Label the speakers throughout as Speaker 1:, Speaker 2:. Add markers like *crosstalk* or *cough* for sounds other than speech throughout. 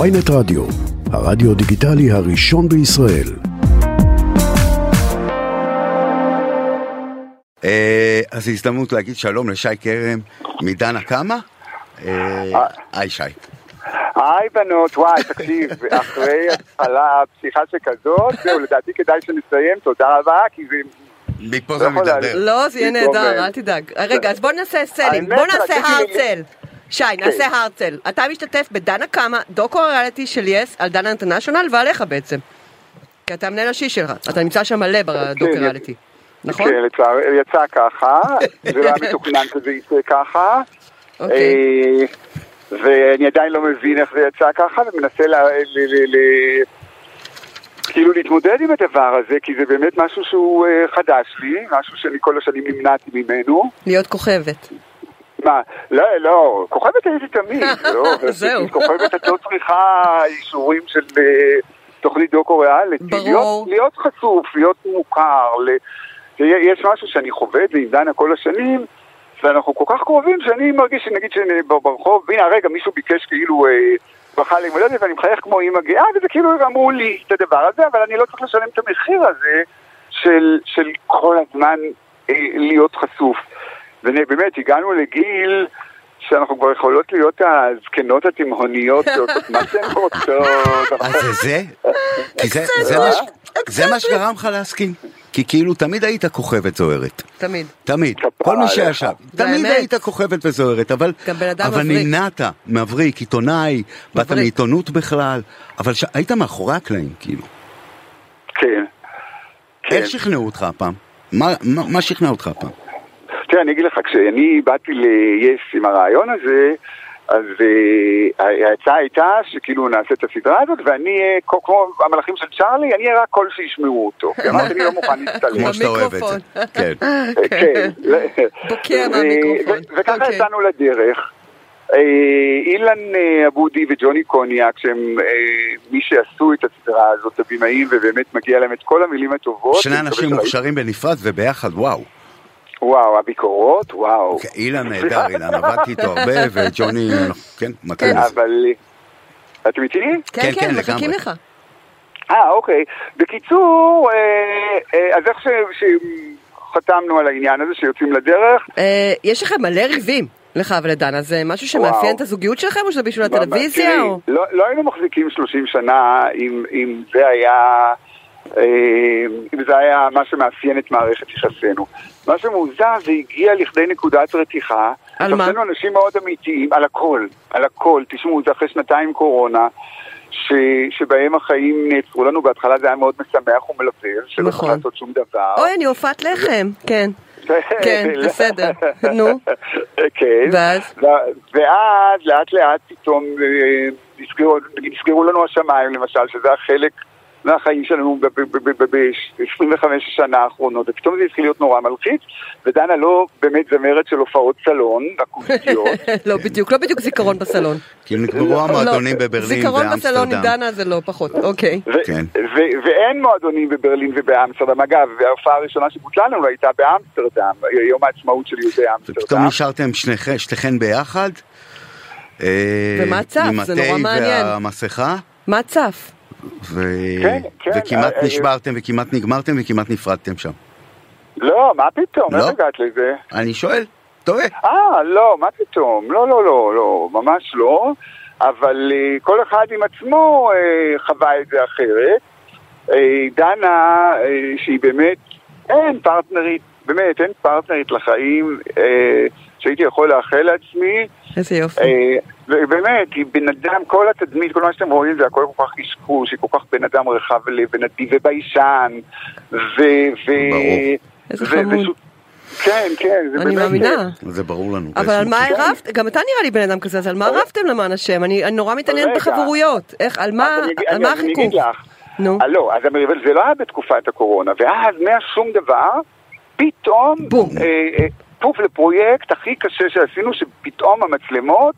Speaker 1: ויינט רדיו, הרדיו דיגיטלי הראשון בישראל.
Speaker 2: אה, אז זו הזדמנות להגיד שלום לשי כרם מדנה קמה. אה, היי שי.
Speaker 3: היי בנות, וואי,
Speaker 4: *laughs*
Speaker 3: תקשיב, אחרי התחלה, פתיחה שכזאת, זהו, לדעתי כדאי שנסיים, תודה רבה, כי זה...
Speaker 2: מפה
Speaker 3: לא
Speaker 2: זה
Speaker 3: יכול
Speaker 2: מתדרדר.
Speaker 3: להגיד.
Speaker 4: לא, זה יהיה
Speaker 3: במקום,
Speaker 4: נהדר,
Speaker 3: אה,
Speaker 4: אל תדאג. רגע, אז בוא נעשה סלינג,
Speaker 3: האמת,
Speaker 4: בוא נעשה
Speaker 3: רציתי
Speaker 4: הרצל. שי, נעשה
Speaker 3: כן.
Speaker 4: הרצל. אתה משתתף בדנה קמה, דוקו ריאליטי של יס על דנה אינטרנשיונל ועליך בעצם. כי אתה המנהל השישי שלך, אתה נמצא שם מלא בדוקו
Speaker 3: כן,
Speaker 4: ריאליטי. נכון?
Speaker 3: כן, לצער, יצא ככה, זה לא היה מתוכנן שזה יצא ככה,
Speaker 4: אוקיי.
Speaker 3: אה, ואני עדיין לא מבין איך זה יצא ככה, ומנסה ל... ל, ל, ל כאילו להתמודד עם הדבר הזה, כי זה באמת משהו שהוא אה, חדש לי, משהו שאני כל השנים נמנעתי ממנו.
Speaker 4: להיות כוכבת.
Speaker 3: מה? לא, לא, כוכבת הייתי
Speaker 4: *laughs*
Speaker 3: תמיד, לא?
Speaker 4: זהו.
Speaker 3: כוכבת את לא צריכה אישורים של אה, תוכנית דוקו ריאליטי.
Speaker 4: ברור.
Speaker 3: להיות, להיות חשוף, להיות מוכר. ל... יש משהו שאני חווה את זה עם דנה כל השנים, ואנחנו כל כך קרובים שאני מרגיש שנגיד שאני ב- ברחוב, והנה הרגע מישהו ביקש כאילו... אה, ברכה ליום הולדת ואני מחייך כמו אימא גאה, וזה כאילו אמרו לי את הדבר הזה, אבל אני לא צריך לשלם את המחיר הזה של, של כל הזמן אה, להיות חשוף. ובאמת, הגענו לגיל שאנחנו כבר יכולות להיות הזקנות התימהוניות שעושות מה שהן רוצות.
Speaker 2: אז אה, זה זה? כי זה- זה מה ש- זה מה שגרם לך להסכים. כי כאילו תמיד היית כוכבת זוהרת.
Speaker 4: תמיד.
Speaker 2: תמיד.
Speaker 3: כפרה
Speaker 2: כל מי
Speaker 3: עליך.
Speaker 2: שישב.
Speaker 4: זה
Speaker 2: תמיד
Speaker 4: האמת.
Speaker 2: היית כוכבת וזוהרת, אבל...
Speaker 4: גם בן אדם
Speaker 2: אבל
Speaker 4: מבריק.
Speaker 2: נמנעת, מבריק, עיתונאי, באת
Speaker 4: מבריק.
Speaker 2: מעיתונות בכלל, אבל ש- היית מאחורי הקלעים, כאילו.
Speaker 3: כן. כן.
Speaker 2: איך שכנעו אותך הפעם? מה- מה מה שכנע אותך הפעם?
Speaker 3: תראה, אני אגיד לך, כשאני באתי ל-yes עם הרעיון הזה, אז אה, ההצעה הייתה שכאילו נעשה את הסדרה הזאת, ואני אהיה, כמו- כמו המלאכים של צ'ארלי, אני אהיה רק קול שישמעו אותו. כי אמרתי, אני לא מוכן להצטלם.
Speaker 2: כמו שאתה אוהב את זה.
Speaker 4: במיקרופון.
Speaker 2: כן. *laughs*
Speaker 3: כן.
Speaker 4: בוקע
Speaker 3: ו-
Speaker 4: מהמיקרופון.
Speaker 3: ו- וככה
Speaker 4: אוקיי.
Speaker 3: יצאנו לדרך. אה, אילן אה, אבודי וג'וני קוניאק, שהם אה, מי שעשו את הסדרה הזאת, הבמאים, ובאמת מגיע להם את כל המילים הטובות.
Speaker 2: שני
Speaker 3: אני מקווה
Speaker 2: אנשים
Speaker 3: שראית-
Speaker 2: מוכשרים בנפרד וביחד, וואו.
Speaker 3: וואו, הביקורות, וואו.
Speaker 2: אוקיי, אילן נהדר, אילן, עבדתי איתו הרבה,
Speaker 4: *laughs*
Speaker 2: וג'וני, כן, מכיר את זה.
Speaker 3: אבל... אה, אתם איתי?
Speaker 4: כן,
Speaker 2: כן,
Speaker 4: כן, מחכים
Speaker 2: לגמרי.
Speaker 4: לך.
Speaker 3: אה, אוקיי. בקיצור, אה, אה, אז איך ש- שחתמנו על העניין הזה שיוצאים לדרך,
Speaker 4: אה, יש לכם מלא ריבים, לך ולדנה, זה משהו שמאפיין
Speaker 3: וואו.
Speaker 4: את הזוגיות שלכם, או שזה בשביל
Speaker 3: תראי,
Speaker 4: הטלוויזיה? או-
Speaker 3: לא, לא היינו מחזיקים 30 שנה אם, אם זה היה... אה, אם זה היה מה שמאפיין את מערכת יחסינו. מה שמוזר זה הגיע לכדי נקודת רתיחה.
Speaker 4: על מה?
Speaker 3: אנחנו אנשים מאוד אמיתיים, על הכל, על הכל. תשמעו, זה אחרי שנתיים קורונה, ש, שבהם החיים נעצרו לנו. בהתחלה זה היה מאוד משמח ומלבב, שלא צריך
Speaker 4: נכון.
Speaker 3: לעשות שום דבר.
Speaker 4: אוי, אני הופעת לחם.
Speaker 3: *laughs*
Speaker 4: כן, כן,
Speaker 3: לא. *laughs*
Speaker 4: בסדר. נו. *laughs*
Speaker 3: כן.
Speaker 4: ואז?
Speaker 3: ו- ואז לאט לאט פתאום אה, נסגרו- נסגרו לנו השמיים למשל, שזה החלק מהחיים שלנו ב-25 שנה האחרונות, ופתאום זה התחיל להיות נורא מלחיץ, ודנה לא באמת זמרת של הופעות סלון,
Speaker 4: *laughs*
Speaker 3: אקוסטיות.
Speaker 4: לא בדיוק, לא בדיוק זיכרון בסלון.
Speaker 2: כאילו נגמרו המועדונים
Speaker 4: לא,
Speaker 2: בברלין
Speaker 4: זיכרון בסלון עם
Speaker 2: באמסטרדם.
Speaker 4: דנה זה לא פחות, אוקיי.
Speaker 3: ו-
Speaker 2: כן.
Speaker 3: ו- ואין מועדונים בברלין ובאמסטרדם. אגב, ההופעה הראשונה שבוטלה לנו הייתה באמסטרדם, יום העצמאות של יהודי
Speaker 2: ופתאום
Speaker 3: אמסטרדם.
Speaker 2: נשארתם שניכם- שתיכן ביחד. אה,
Speaker 4: ומה צף?
Speaker 2: עם
Speaker 4: זה נורא
Speaker 2: התה
Speaker 4: מעניין.
Speaker 2: והמסכה,
Speaker 4: מה צף?
Speaker 2: ו-
Speaker 3: כן, כן,
Speaker 2: וכמעט
Speaker 3: אה, אה,
Speaker 2: נשברתם וכמעט נגמרתם וכמעט נפרדתם שם.
Speaker 3: לא, מה פתאום?
Speaker 2: לא?
Speaker 3: איך הגעת לזה?
Speaker 2: אני שואל, טועה.
Speaker 3: אה, לא, מה פתאום? לא, לא, לא, לא, ממש לא. אבל אה, כל אחד עם עצמו אה, חווה את זה אחרת. אה, דנה, אה, שהיא באמת, אין פרטנרית, באמת, אין פרטנרית לחיים אה, שהייתי יכול לאחל לעצמי.
Speaker 4: איזה יופי.
Speaker 3: באמת, היא בן אדם, כל התדמית, כל מה שאתם רואים זה הכל כל כך קשקוש, היא כל כך בן אדם רחב לב ונדיב וביישן, ו... ו...
Speaker 2: ברור.
Speaker 4: איזה
Speaker 3: ו-
Speaker 4: חמוד.
Speaker 3: ושוב- כן, כן, זה
Speaker 4: אני
Speaker 3: באמת...
Speaker 4: מאמינה.
Speaker 2: זה ברור לנו.
Speaker 4: אבל
Speaker 2: באיזשהו
Speaker 4: על מה
Speaker 3: כן.
Speaker 4: הרבת? גם אתה נראה לי בן אדם כזה, אז על מה
Speaker 3: אבל-
Speaker 4: רבתם למען השם? אני אני נורא מתעניינת
Speaker 3: רגע.
Speaker 4: בחברויות. איך, על מה
Speaker 3: אז אני אגיד-
Speaker 4: על
Speaker 3: אני-
Speaker 4: מה
Speaker 3: אז אני אגיד
Speaker 4: החיכוך?
Speaker 3: לך.
Speaker 4: נו.
Speaker 3: אה, לא, אז אבל זה לא היה בתקופת הקורונה, ואז מהשום דבר, פתאום,
Speaker 4: בום.
Speaker 3: אה, אה, פוף לפרויקט הכי קשה שעשינו, שפתאום המצלמות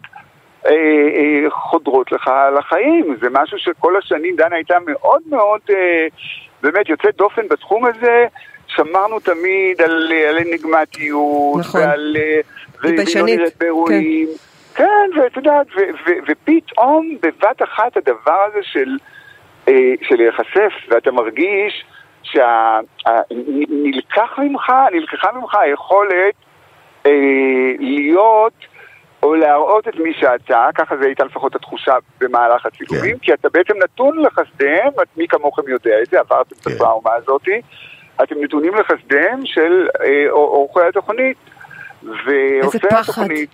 Speaker 3: אה, אה, חודרות לך לחיים. זה משהו שכל השנים דנה הייתה מאוד מאוד, אה, באמת יוצאת דופן בתחום הזה. שמרנו תמיד על, אה, על אניגמטיות,
Speaker 4: נכון.
Speaker 3: ועל... אה,
Speaker 4: היא
Speaker 3: והיא לא
Speaker 4: ביישנית,
Speaker 3: נראית באירועים. כן. כן, ואת יודעת, ו- ו- ופתאום בבת אחת הדבר הזה של, אה, של להיחשף, ואתה מרגיש שנלקח ממך, נלקחה ממך היכולת אה, להיות או להראות את מי שאתה, ככה זה הייתה לפחות התחושה במהלך הצילומים,
Speaker 2: כן.
Speaker 3: כי אתה בעצם נתון לחסדיהם, את- מי כמוכם יודע את זה, עברתם את
Speaker 2: כן.
Speaker 3: הטראומה הזאתי, אתם נתונים לחסדיהם של אה, או- עורכי התוכנית. ועושה
Speaker 4: פחד.
Speaker 3: התוכנית,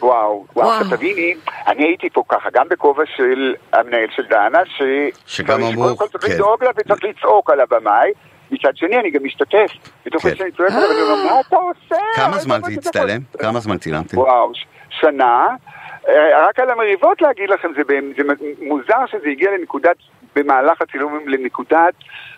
Speaker 3: וואו, וואו,
Speaker 4: וואו.
Speaker 3: עכשיו תביני, אני הייתי פה ככה, גם בכובע של המנהל של דנה, ש...
Speaker 2: שגם
Speaker 3: צריך-
Speaker 2: אמרו,
Speaker 3: קודם כל צריך
Speaker 2: כן.
Speaker 3: לדאוג לה וצריך לצעוק על הבמאי, מצד שני אני גם משתתף, בתוך
Speaker 2: כן.
Speaker 3: זה שאני צועק עליו, אני אומר, מה אתה עושה? לא
Speaker 2: כמה
Speaker 3: אתה
Speaker 2: זמן
Speaker 3: מה
Speaker 2: זה
Speaker 3: אתה
Speaker 2: הצטלם?
Speaker 3: יכול?"
Speaker 2: כמה זמן צילמתם?
Speaker 3: וואו, ש- שנה. אה, רק על המריבות להגיד לכם, זה, בהם- זה מ- מוזר שזה הגיע לנקודת, במהלך הצילומים לנקודת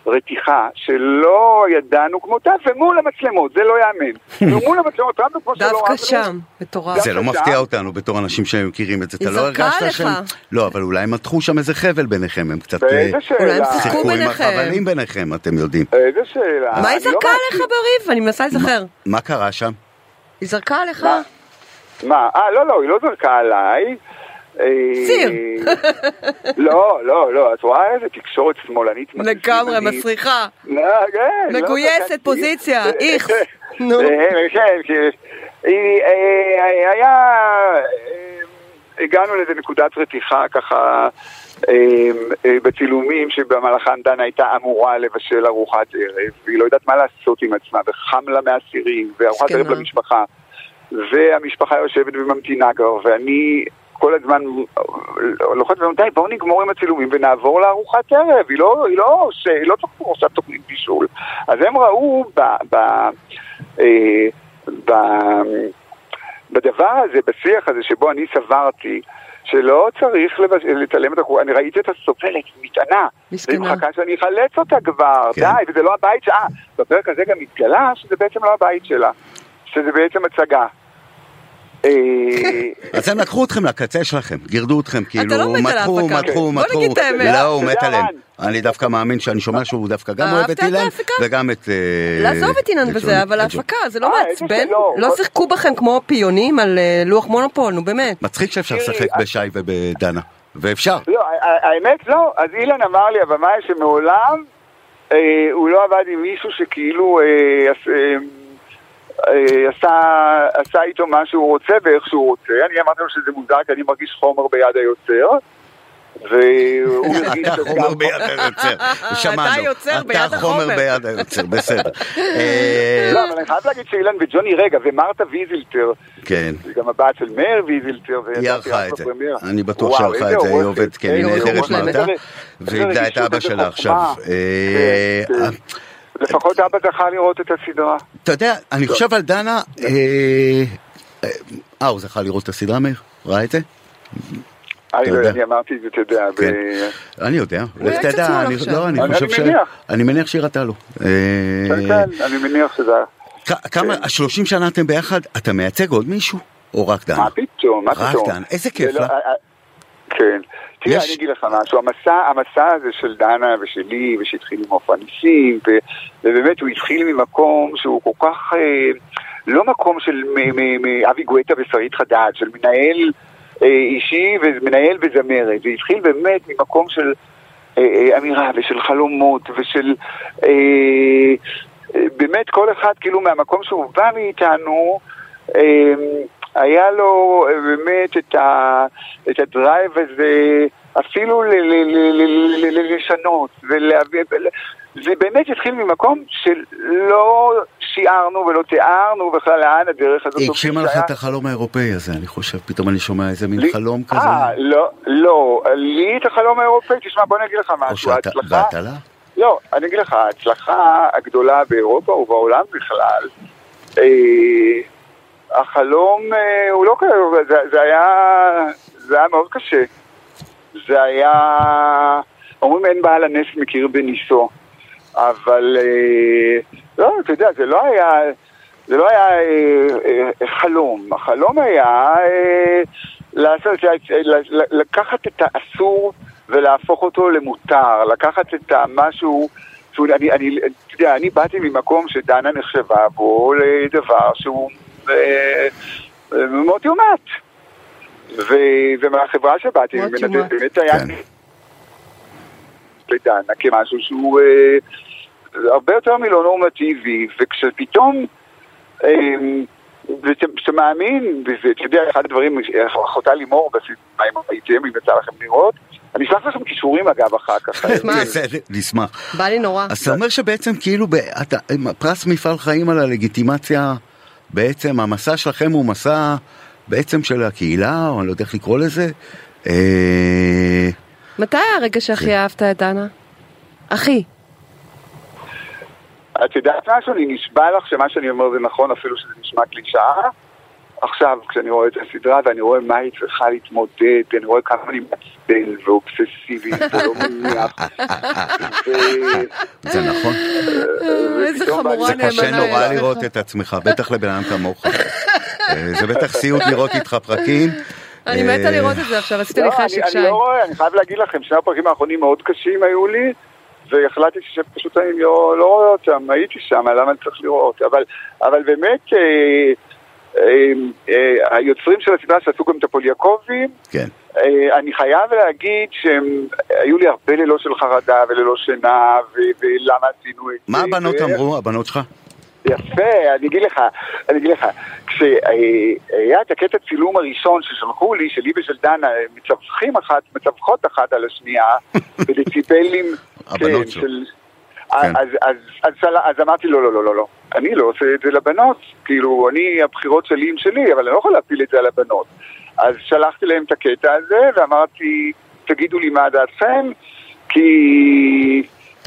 Speaker 3: רתיחה שלא ידענו כמותה, ומול המצלמות, זה לא יאמן. ומול המצלמות, רמנו כמו שלא
Speaker 4: דווקא
Speaker 3: רמנו.
Speaker 4: שם, מטורף.
Speaker 2: זה לא
Speaker 3: גם
Speaker 2: מפתיע
Speaker 3: שם.
Speaker 2: אותנו בתור אנשים שמכירים את זה,
Speaker 4: היא
Speaker 2: אתה לא
Speaker 4: זרקה
Speaker 2: הרגשת
Speaker 4: עליך.
Speaker 2: שהם... לא, אבל אולי הם מתחו שם איזה חבל ביניכם, הם קצת... אה,
Speaker 3: באיזה שאלה?
Speaker 4: אולי הם שיחקו
Speaker 2: שיחקו עם
Speaker 4: ביניכם.
Speaker 2: החבלים ביניכם, אתם יודעים.
Speaker 3: איזה שאלה.
Speaker 4: מה היא
Speaker 3: אני לא
Speaker 4: זרקה
Speaker 3: ראיתי.
Speaker 4: עליך בריב? אני מנסה להיזכר.
Speaker 2: מה קרה שם?
Speaker 4: היא זרקה עליך?
Speaker 3: מה? מה? אה, לא, לא, היא לא זרקה עליי. אה,
Speaker 4: סיר.
Speaker 3: *laughs* לא, לא, לא, את רואה איזה תקשורת שמאלנית מקסימנית.
Speaker 4: לגמרי, מסריחה.
Speaker 3: לא, כן, לא
Speaker 4: מגויסת,
Speaker 3: זרקתי. *laughs*
Speaker 4: פוזיציה,
Speaker 3: אה,
Speaker 4: איכס.
Speaker 3: אה,
Speaker 4: נו.
Speaker 3: אה, כן, כי... היא, אה, היה... אה, הגענו לאיזה נקודת רתיחה ככה אה, אה, בצילומים שבמהלכן דנה הייתה אמורה לבשל ארוחת ערב והיא לא יודעת מה לעשות עם עצמה וחם לה מהסירים וארוחת
Speaker 4: מסכנה.
Speaker 3: ערב למשפחה והמשפחה יושבת וממתינה כבר, ואני כל הזמן לוחץ ואומר, די, בואו נגמור עם הצילומים ונעבור לארוחת ערב, היא לא, היא לא, ש... היא לא תוכנית עכשיו תוכנית בישול. אז הם ראו ב... ב... אה, ב... בדבר הזה, בשיח הזה שבו אני סברתי שלא צריך לבש... לצלם את החורה, אני ראיתי אותה סובלת, מתענה.
Speaker 4: מסכנה.
Speaker 3: והיא מחכה שאני אחלץ אותה כבר,
Speaker 2: כן.
Speaker 3: די, וזה לא הבית שלה. אה, בפרק הזה גם התגלה שזה בעצם לא הבית שלה, שזה בעצם הצגה. אה,
Speaker 2: אז הם לקחו אתכם לקצה שלכם, גירדו אתכם,
Speaker 4: לא
Speaker 2: כאילו,
Speaker 4: מת על
Speaker 2: מתחו,
Speaker 4: ההפקה.
Speaker 2: מתחו,
Speaker 4: בוא
Speaker 2: מתחו.
Speaker 4: נגיד את האמת.
Speaker 2: לא, הוא
Speaker 3: זה
Speaker 2: מת
Speaker 3: הרן.
Speaker 2: עליהם. אני דווקא מאמין שאני שומע שהוא דווקא גם
Speaker 4: אהבת
Speaker 2: אוהב את
Speaker 4: את
Speaker 2: אילן,
Speaker 4: ההפקה?
Speaker 2: וגם את... אה,
Speaker 4: לעזוב את אילן
Speaker 2: את
Speaker 4: וזה,
Speaker 2: ג'וני-
Speaker 4: אבל
Speaker 2: את
Speaker 4: ההפקה, זה לא
Speaker 3: אה, איזה
Speaker 4: מעצבן?
Speaker 3: שלא.
Speaker 4: לא שיחקו בכם כמו פיונים על אה, לוח מונופול, נו באמת.
Speaker 2: ג'וני. מצחיק שאפשר
Speaker 3: תראי,
Speaker 2: לשחק
Speaker 4: אה-
Speaker 3: את-
Speaker 2: בשי ובדנה, ואפשר.
Speaker 3: לא, ה- ה- האמת לא, אז אילן אמר לי, הבמאי, שמעולם אה, הוא לא עבד עם מישהו שכאילו אה, עש- אה, אה, עשה, עשה איתו מה שהוא רוצה ואיך שהוא רוצה. אני אמרתי לו שזה מוזר, כי אני מרגיש חומר ביד היוצר.
Speaker 2: *laughs*
Speaker 3: והוא מרגיש
Speaker 2: אתה חומר ביד היוצר,
Speaker 4: *laughs* אתה
Speaker 2: שמענו.
Speaker 4: יוצר ביד
Speaker 2: אתה חומר
Speaker 4: החומר.
Speaker 2: ביד היוצר,
Speaker 4: *laughs*
Speaker 2: בסדר. אה,
Speaker 3: לא, אבל אני חייב להגיד שאילן וג'וני רגע, ומרתה ויזילטר,
Speaker 2: כן.
Speaker 3: היא גם הבת של מאיר ויזילטר. ויצאתי
Speaker 2: היא ערכה
Speaker 3: רק
Speaker 2: את זה,
Speaker 3: בפרמירה.
Speaker 2: אני בטוח
Speaker 3: וואו,
Speaker 2: שערכה
Speaker 3: איזה
Speaker 2: את זה, היא
Speaker 3: עורכת,
Speaker 2: עובדת, כן, היא
Speaker 3: איזה
Speaker 2: נהדרת
Speaker 3: עורכת,
Speaker 2: מרתה,
Speaker 3: איזה- איזה
Speaker 2: ואיבדה את אבא
Speaker 3: רגישות, איזה
Speaker 2: שלה עכשיו.
Speaker 3: חוכמה.
Speaker 2: אה,
Speaker 3: כן, כן. לפחות אבא זכה לראות את הסדרה.
Speaker 2: אתה יודע, אני חושב על דנה, אה, אה, אה, הוא זכה לראות את הסדרה, מאיר? ראה את זה?
Speaker 3: אני לא-
Speaker 2: יודע.
Speaker 3: אני אמרתי את זה, אתה יודע,
Speaker 2: כן.
Speaker 3: ב-
Speaker 2: אני יודע,
Speaker 4: הוא
Speaker 2: לך
Speaker 4: היה קצת
Speaker 2: תדע,
Speaker 4: שמאל
Speaker 2: אני-
Speaker 4: עכשיו.
Speaker 2: לא, אני
Speaker 3: אני
Speaker 2: חושב ש...
Speaker 3: מניח.
Speaker 2: אני מניח שהיא ראתה לו. אה,
Speaker 3: כן, כן, אני מניח שזה... היה.
Speaker 2: כ- כמה, 30 שנה אתם ביחד, אתה מייצג עוד מישהו? או רק דנה?
Speaker 3: מה פתאום, מה
Speaker 2: רק
Speaker 3: פתאום.
Speaker 2: דן, איזה כיף
Speaker 3: זה לא-
Speaker 2: לה.
Speaker 3: אה, אה, כן. תראה,
Speaker 2: יש-
Speaker 3: אני אגיד לך משהו, המסע, המסע הזה של דנה ושלי, ושהתחיל עם אופן ניסים, ו- ובאמת הוא התחיל ממקום שהוא כל כך, אה, לא מקום של מ- מ- מ- אבי גואטה ושרית חדד, של מנהל אה, אישי ומנהל בזמרת, זה התחיל באמת ממקום של אה, אה, אמירה ושל חלומות ושל... אה, אה, באמת כל אחד כאילו מהמקום שהוא בא מאיתנו, אה, היה לו אה, באמת את, ה, את הדרייב הזה אפילו ל, ל, ל, ל, ל, ל, ל, לשנות. ולה, ול- זה באמת התחיל ממקום שלא שיערנו ולא תיארנו בכלל לאן הדרך הזאת.
Speaker 2: היא
Speaker 3: הובילה.
Speaker 2: הגשימה לך אה, את החלום האירופאי הזה, אני חושב, פתאום אני שומע איזה מין
Speaker 3: לי-
Speaker 2: חלום
Speaker 3: אה,
Speaker 2: כזה.
Speaker 3: לא, לא, לי את החלום האירופאי, תשמע, בוא אני אגיד לך
Speaker 2: או
Speaker 3: משהו,
Speaker 2: שאתה,
Speaker 3: ההצלחה,
Speaker 2: ואת עלה?
Speaker 3: לא, אני אגיד לך, ההצלחה הגדולה באירופה ובעולם בכלל, אה, החלום אה, הוא לא כזה, זה, זה היה, זה היה מאוד קשה. זה היה, אומרים אין בעל הנס מכיר בניסו, אבל אה, לא, אתה יודע, זה לא היה, זה לא היה אה, אה, אה, חלום, החלום היה אה, לעשות, אה, ל- ל- לקחת את האסור ולהפוך אותו למותר, לקחת את המשהו, שהוא- אני, אני, אתה יודע, אני באתי ממקום שדנה נחשבה בו לדבר שהוא אה, אה, מות יומת. ו- ומהחברה שבאתי
Speaker 4: What
Speaker 3: ממנה,
Speaker 4: you
Speaker 3: זה
Speaker 4: want.
Speaker 3: באמת היה
Speaker 2: כן.
Speaker 3: לדנה כמשהו שהוא אה, הרבה יותר מלא נורמטיבי, וכשפתאום, אה, וכש- כשמאמין, וזה, אתה יודע, אחד הדברים, אה, אחותה לימור, בסדרה, אם הייתם, אם יצא לכם לראות, אני אשלח לכם קישורים אגב אחר כך.
Speaker 2: *laughs*
Speaker 4: מה?
Speaker 2: בסדר, נשמח.
Speaker 4: בא לי נורא.
Speaker 2: אז אתה אומר שבעצם כאילו ב- אתה- פרס מפעל חיים על הלגיטימציה, בעצם המסע שלכם הוא מסע בעצם של הקהילה, או אני לא יודע איך לקרוא לזה. אה,
Speaker 4: מתי היה הרגע
Speaker 3: כן.
Speaker 4: שהכי אהבת את דנה? אחי.
Speaker 3: את יודעת משהו? אני נשבע לך שמה שאני אומר זה נכון, אפילו שזה נשמע קלישאה. עכשיו, כשאני רואה את הסדרה ואני רואה מה היא צריכה להתמודד, אני רואה כמה אני מעצבן ואובססיבי ולא מניח. ו-
Speaker 2: זה
Speaker 4: *laughs*
Speaker 2: נכון.
Speaker 4: איזה
Speaker 3: ופתאום בא לי-
Speaker 4: חמורה
Speaker 2: זה
Speaker 4: נאמנה.
Speaker 2: קשה נורא
Speaker 4: אליך.
Speaker 2: לראות את עצמך, בטח לבן אדם כמוך. אה, זה בטח סיוט לראות איתך פרקים.
Speaker 4: אני
Speaker 2: אה,
Speaker 4: מתה לראות את זה עכשיו, עשית
Speaker 3: לא,
Speaker 4: לי
Speaker 3: אני
Speaker 4: חשק שי.
Speaker 3: אני לא רואה, אני חייב להגיד לכם, שני הפרקים האחרונים מאוד קשים היו לי, והחלטתי שפשוט אני לא, לא רואה אותם, הייתי שם, למה אני צריך לראות? אבל, אבל באמת, אה, אה, אה, היוצרים של הסדרה שעשו גם את הפוליאקובים,
Speaker 2: כן.
Speaker 3: אה, אני חייב להגיד שהם, אה, היו לי הרבה לילות של חרדה וללא שינה, ו- ולמה עשינו את זה.
Speaker 2: מה הבנות
Speaker 3: ו-
Speaker 2: אמרו, הבנות שלך?
Speaker 3: יפה, אני אגיד לך, אני אגיד לך, כשהיה את הקטע צילום הראשון ששלחו לי, שלי ושל דנה אה, מצווחים אחת, מצווחות אחת על השנייה,
Speaker 2: *laughs*
Speaker 3: בדציבלים,
Speaker 2: הבנות
Speaker 3: כן,
Speaker 2: שלו.
Speaker 3: של...
Speaker 2: כן.
Speaker 3: אז, אז, אז, אז, אז אמרתי לא, לא, לא, לא, לא, אני לא עושה את זה לבנות, כאילו, אני, הבחירות שלי הם שלי, אבל אני לא יכול להפיל את זה על הבנות. אז שלחתי להם את הקטע הזה, ואמרתי, תגידו לי מה דעתכם, כי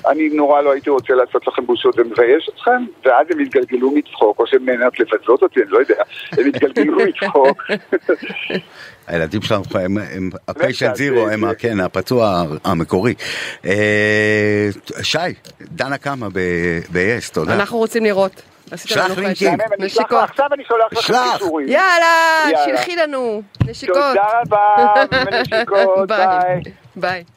Speaker 3: אני נורא לא הייתי רוצה לעשות לכם בושות ומבייש אתכם, ואז הם התגלגלו מצחוק, או שהם מנת לבזות אותי, אני לא יודע, הם
Speaker 4: *laughs*
Speaker 3: התגלגלו מצחוק.
Speaker 2: הילדים שלנו הם, הם הפיישן
Speaker 3: בטח,
Speaker 2: זירו,
Speaker 3: זה-
Speaker 2: הם
Speaker 3: זה-
Speaker 2: ה- כן, הפצוע המקורי. אה, שי, דנה קמה ב-yes, תודה.
Speaker 4: אנחנו רוצים לראות. עשית
Speaker 2: שלח
Speaker 4: לנו חשק.
Speaker 2: לינקים.
Speaker 3: מהמם, אני אשלח לך-
Speaker 4: כן. נשיקות.
Speaker 3: עכשיו אני שולח לכם
Speaker 2: שלח.
Speaker 3: קישורים.
Speaker 4: יאללה,
Speaker 3: יאללה.
Speaker 4: שלחי לנו. נשיקות. *laughs*
Speaker 3: תודה רבה, נשיקות, ביי.
Speaker 4: ביי.